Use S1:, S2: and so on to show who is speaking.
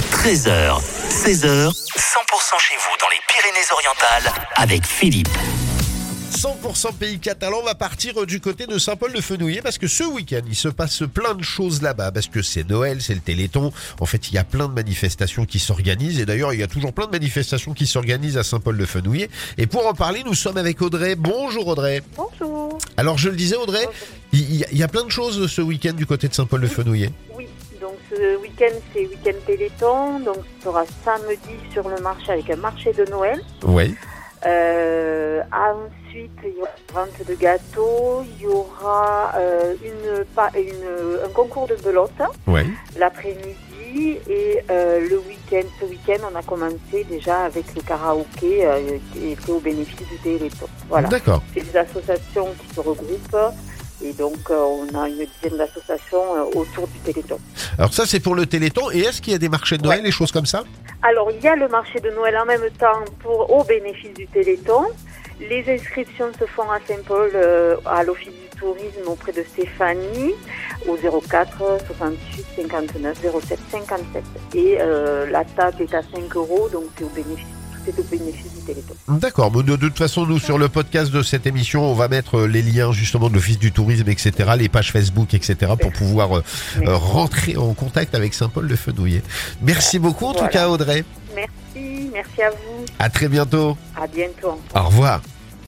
S1: 13h, 16h, 100% chez vous dans les Pyrénées-Orientales avec Philippe.
S2: 100% pays catalan, on va partir euh, du côté de Saint-Paul-de-Fenouillet parce que ce week-end, il se passe plein de choses là-bas parce que c'est Noël, c'est le Téléthon. En fait, il y a plein de manifestations qui s'organisent et d'ailleurs, il y a toujours plein de manifestations qui s'organisent à Saint-Paul-de-Fenouillet. Et pour en parler, nous sommes avec Audrey. Bonjour Audrey.
S3: Bonjour.
S2: Alors, je le disais, Audrey, il y a- il y a plein de choses ce week-end du côté de Saint-Paul-de-Fenouillet.
S3: Oui, donc ce week-end, c'est week-end Téléthon. Donc, ce sera samedi sur le marché avec un marché de Noël.
S2: Oui.
S3: Euh, ensuite, il y aura une vente de gâteaux. Il y aura euh, une, pa- une- un concours de pelote
S2: Ouais.
S3: l'après-midi. Et euh, le week-end, ce week-end, on a commencé déjà avec le karaoké euh, qui était au bénéfice du Téléthon. Voilà.
S2: D'accord.
S3: C'est des associations qui se regroupent. Et donc, euh, on a une dizaine d'associations euh, autour du Téléthon.
S2: Alors ça, c'est pour le Téléthon. Et est-ce qu'il y a des marchés de Noël, des choses comme ça
S3: Alors, il y a le marché de Noël en même temps pour, au bénéfice du Téléthon. Les inscriptions se font à Saint-Paul, euh, à l'Office du tourisme auprès de Stéphanie, au 04 68 59 07 57. Et euh, la table est à 5 euros, donc c'est au bénéfice, tout est au bénéfice du Téléthon.
S2: D'accord, mais de toute façon, nous, sur le podcast de cette émission, on va mettre euh, les liens justement de l'Office du tourisme, etc., les pages Facebook, etc., pour pouvoir euh,
S3: Merci.
S2: euh, rentrer en contact avec Saint-Paul-de-Fenouillet. Merci beaucoup, en tout
S3: Voilà.
S2: cas, Audrey.
S3: Merci, merci à vous.
S2: À très bientôt.
S3: À bientôt.
S2: Au revoir.